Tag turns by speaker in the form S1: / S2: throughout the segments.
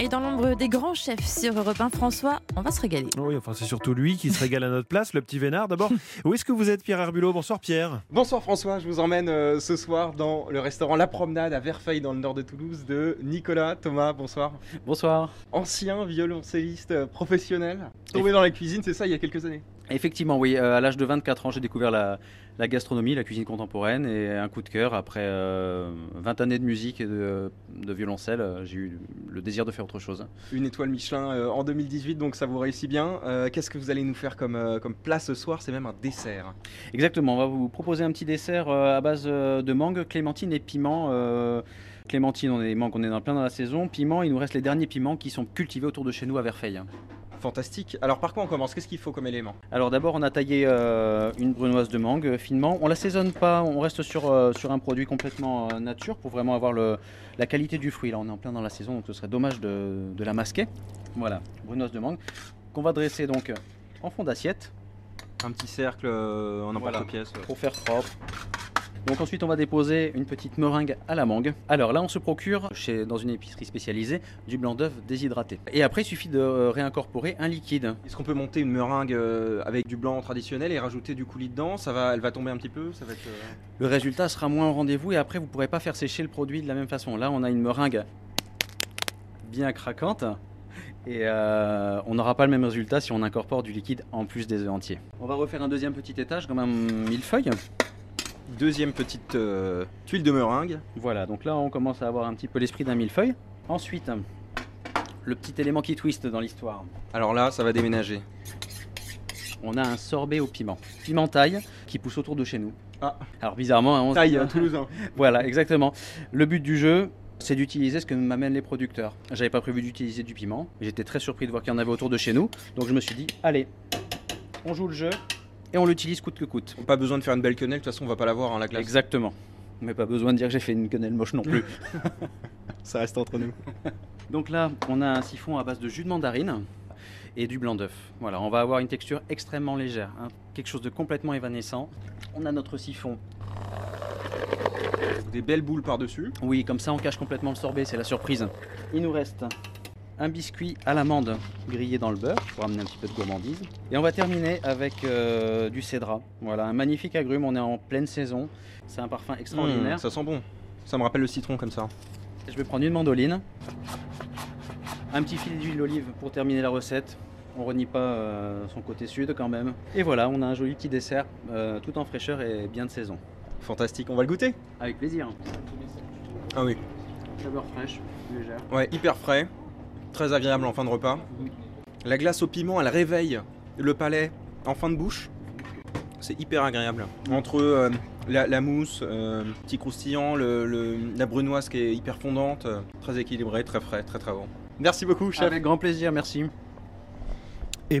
S1: Et dans l'ombre des grands chefs sur Europe 1, François, on va se régaler.
S2: Oui, enfin, c'est surtout lui qui se régale à notre place, le petit Vénard. D'abord, où est-ce que vous êtes, Pierre Herbulot Bonsoir, Pierre.
S3: Bonsoir François, je vous emmène euh, ce soir dans le restaurant La Promenade à Verfeil dans le nord de Toulouse de Nicolas Thomas, bonsoir.
S4: Bonsoir.
S3: Ancien violoncelliste euh, professionnel, tombé dans la cuisine, c'est ça, il y a quelques années.
S4: Effectivement, oui, euh, à l'âge de 24 ans, j'ai découvert la, la gastronomie, la cuisine contemporaine et un coup de cœur. Après euh, 20 années de musique et de, de violoncelle, euh, j'ai eu le désir de faire autre chose.
S3: Une étoile Michelin euh, en 2018, donc ça vous réussit bien. Euh, Qu'est-ce que vous allez nous faire comme, euh, comme plat ce soir C'est même un dessert.
S4: Exactement, on va vous proposer un petit dessert euh, à base euh, de mangue, clémentine et piment. Euh, clémentine, on est mangue, on est dans plein dans la saison. Piment, il nous reste les derniers piments qui sont cultivés autour de chez nous à Verfeil.
S3: Fantastique. Alors par quoi on commence Qu'est-ce qu'il faut comme élément
S4: Alors d'abord, on a taillé euh, une brunoise de mangue euh, finement. On l'assaisonne pas, on reste sur, euh, sur un produit complètement euh, nature pour vraiment avoir le, la qualité du fruit. Là, on est en plein dans la saison, donc ce serait dommage de, de la masquer. Voilà, brunoise de mangue qu'on va dresser donc euh, en fond d'assiette
S3: Un petit cercle euh, en
S4: Voilà.
S3: emporte-pièce.
S4: pour faire propre. Donc ensuite, on va déposer une petite meringue à la mangue. Alors là, on se procure chez, dans une épicerie spécialisée du blanc d'œuf déshydraté. Et après, il suffit de euh, réincorporer un liquide.
S3: Est-ce qu'on peut monter une meringue euh, avec du blanc traditionnel et rajouter du coulis dedans Ça va, Elle va tomber un petit peu ça va être, euh,
S4: Le résultat sera moins au rendez-vous et après vous pourrez pas faire sécher le produit de la même façon. Là, on a une meringue bien craquante et euh, on n'aura pas le même résultat si on incorpore du liquide en plus des œufs entiers. On va refaire un deuxième petit étage comme un millefeuille.
S3: Deuxième petite euh, tuile de meringue.
S4: Voilà, donc là on commence à avoir un petit peu l'esprit d'un millefeuille. Ensuite, le petit élément qui twist dans l'histoire.
S3: Alors là, ça va déménager.
S4: On a un sorbet au piment. Piment taille qui pousse autour de chez nous.
S3: Ah.
S4: Alors bizarrement, hein, on se-
S3: Taille, euh, toulousain.
S4: Voilà, exactement. Le but du jeu, c'est d'utiliser ce que m'amènent les producteurs. J'avais pas prévu d'utiliser du piment. J'étais très surpris de voir qu'il y en avait autour de chez nous. Donc je me suis dit, allez, on joue le jeu et on l'utilise coûte que coûte.
S3: Pas besoin de faire une belle quenelle, de toute façon, on va pas l'avoir, hein, la glace.
S4: Exactement. Mais pas besoin de dire que j'ai fait une quenelle moche non plus.
S3: Ça reste entre nous.
S4: Donc là, on a un siphon à base de jus de mandarine et du blanc d'œuf. Voilà, on va avoir une texture extrêmement légère, hein, quelque chose de complètement évanescent. On a notre siphon.
S3: Des belles boules par-dessus.
S4: Oui, comme ça on cache complètement le sorbet, c'est la surprise. Il nous reste un biscuit à l'amande grillé dans le beurre pour amener un petit peu de gourmandise. Et on va terminer avec euh, du cédra. Voilà, un magnifique agrume, on est en pleine saison. C'est un parfum extraordinaire.
S3: Mmh, ça sent bon. Ça me rappelle le citron comme ça.
S4: Je vais prendre une mandoline, un petit filet d'huile d'olive pour terminer la recette. On renie pas euh, son côté sud quand même. Et voilà, on a un joli petit dessert euh, tout en fraîcheur et bien de saison.
S3: Fantastique, on va le goûter
S4: Avec plaisir.
S3: Ah oui.
S4: Saveur fraîche, légère.
S3: Ouais, hyper frais, très agréable en fin de repas. La glace au piment, elle réveille le palais en fin de bouche. C'est hyper agréable. Entre euh, la, la mousse, euh, petit croustillant, le- le- la brunoise qui est hyper fondante, euh, très équilibré, très frais, très très bon. Merci beaucoup, chef.
S4: Avec grand plaisir, merci.
S2: Et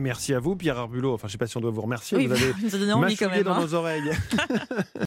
S2: merci à vous, Pierre Herbulot. Enfin, je sais pas si on doit vous remercier.
S1: oui,
S2: vous avez
S1: ça donne envie quand
S2: mâchouillé
S1: même.
S2: dans
S1: hein.
S2: nos oreilles.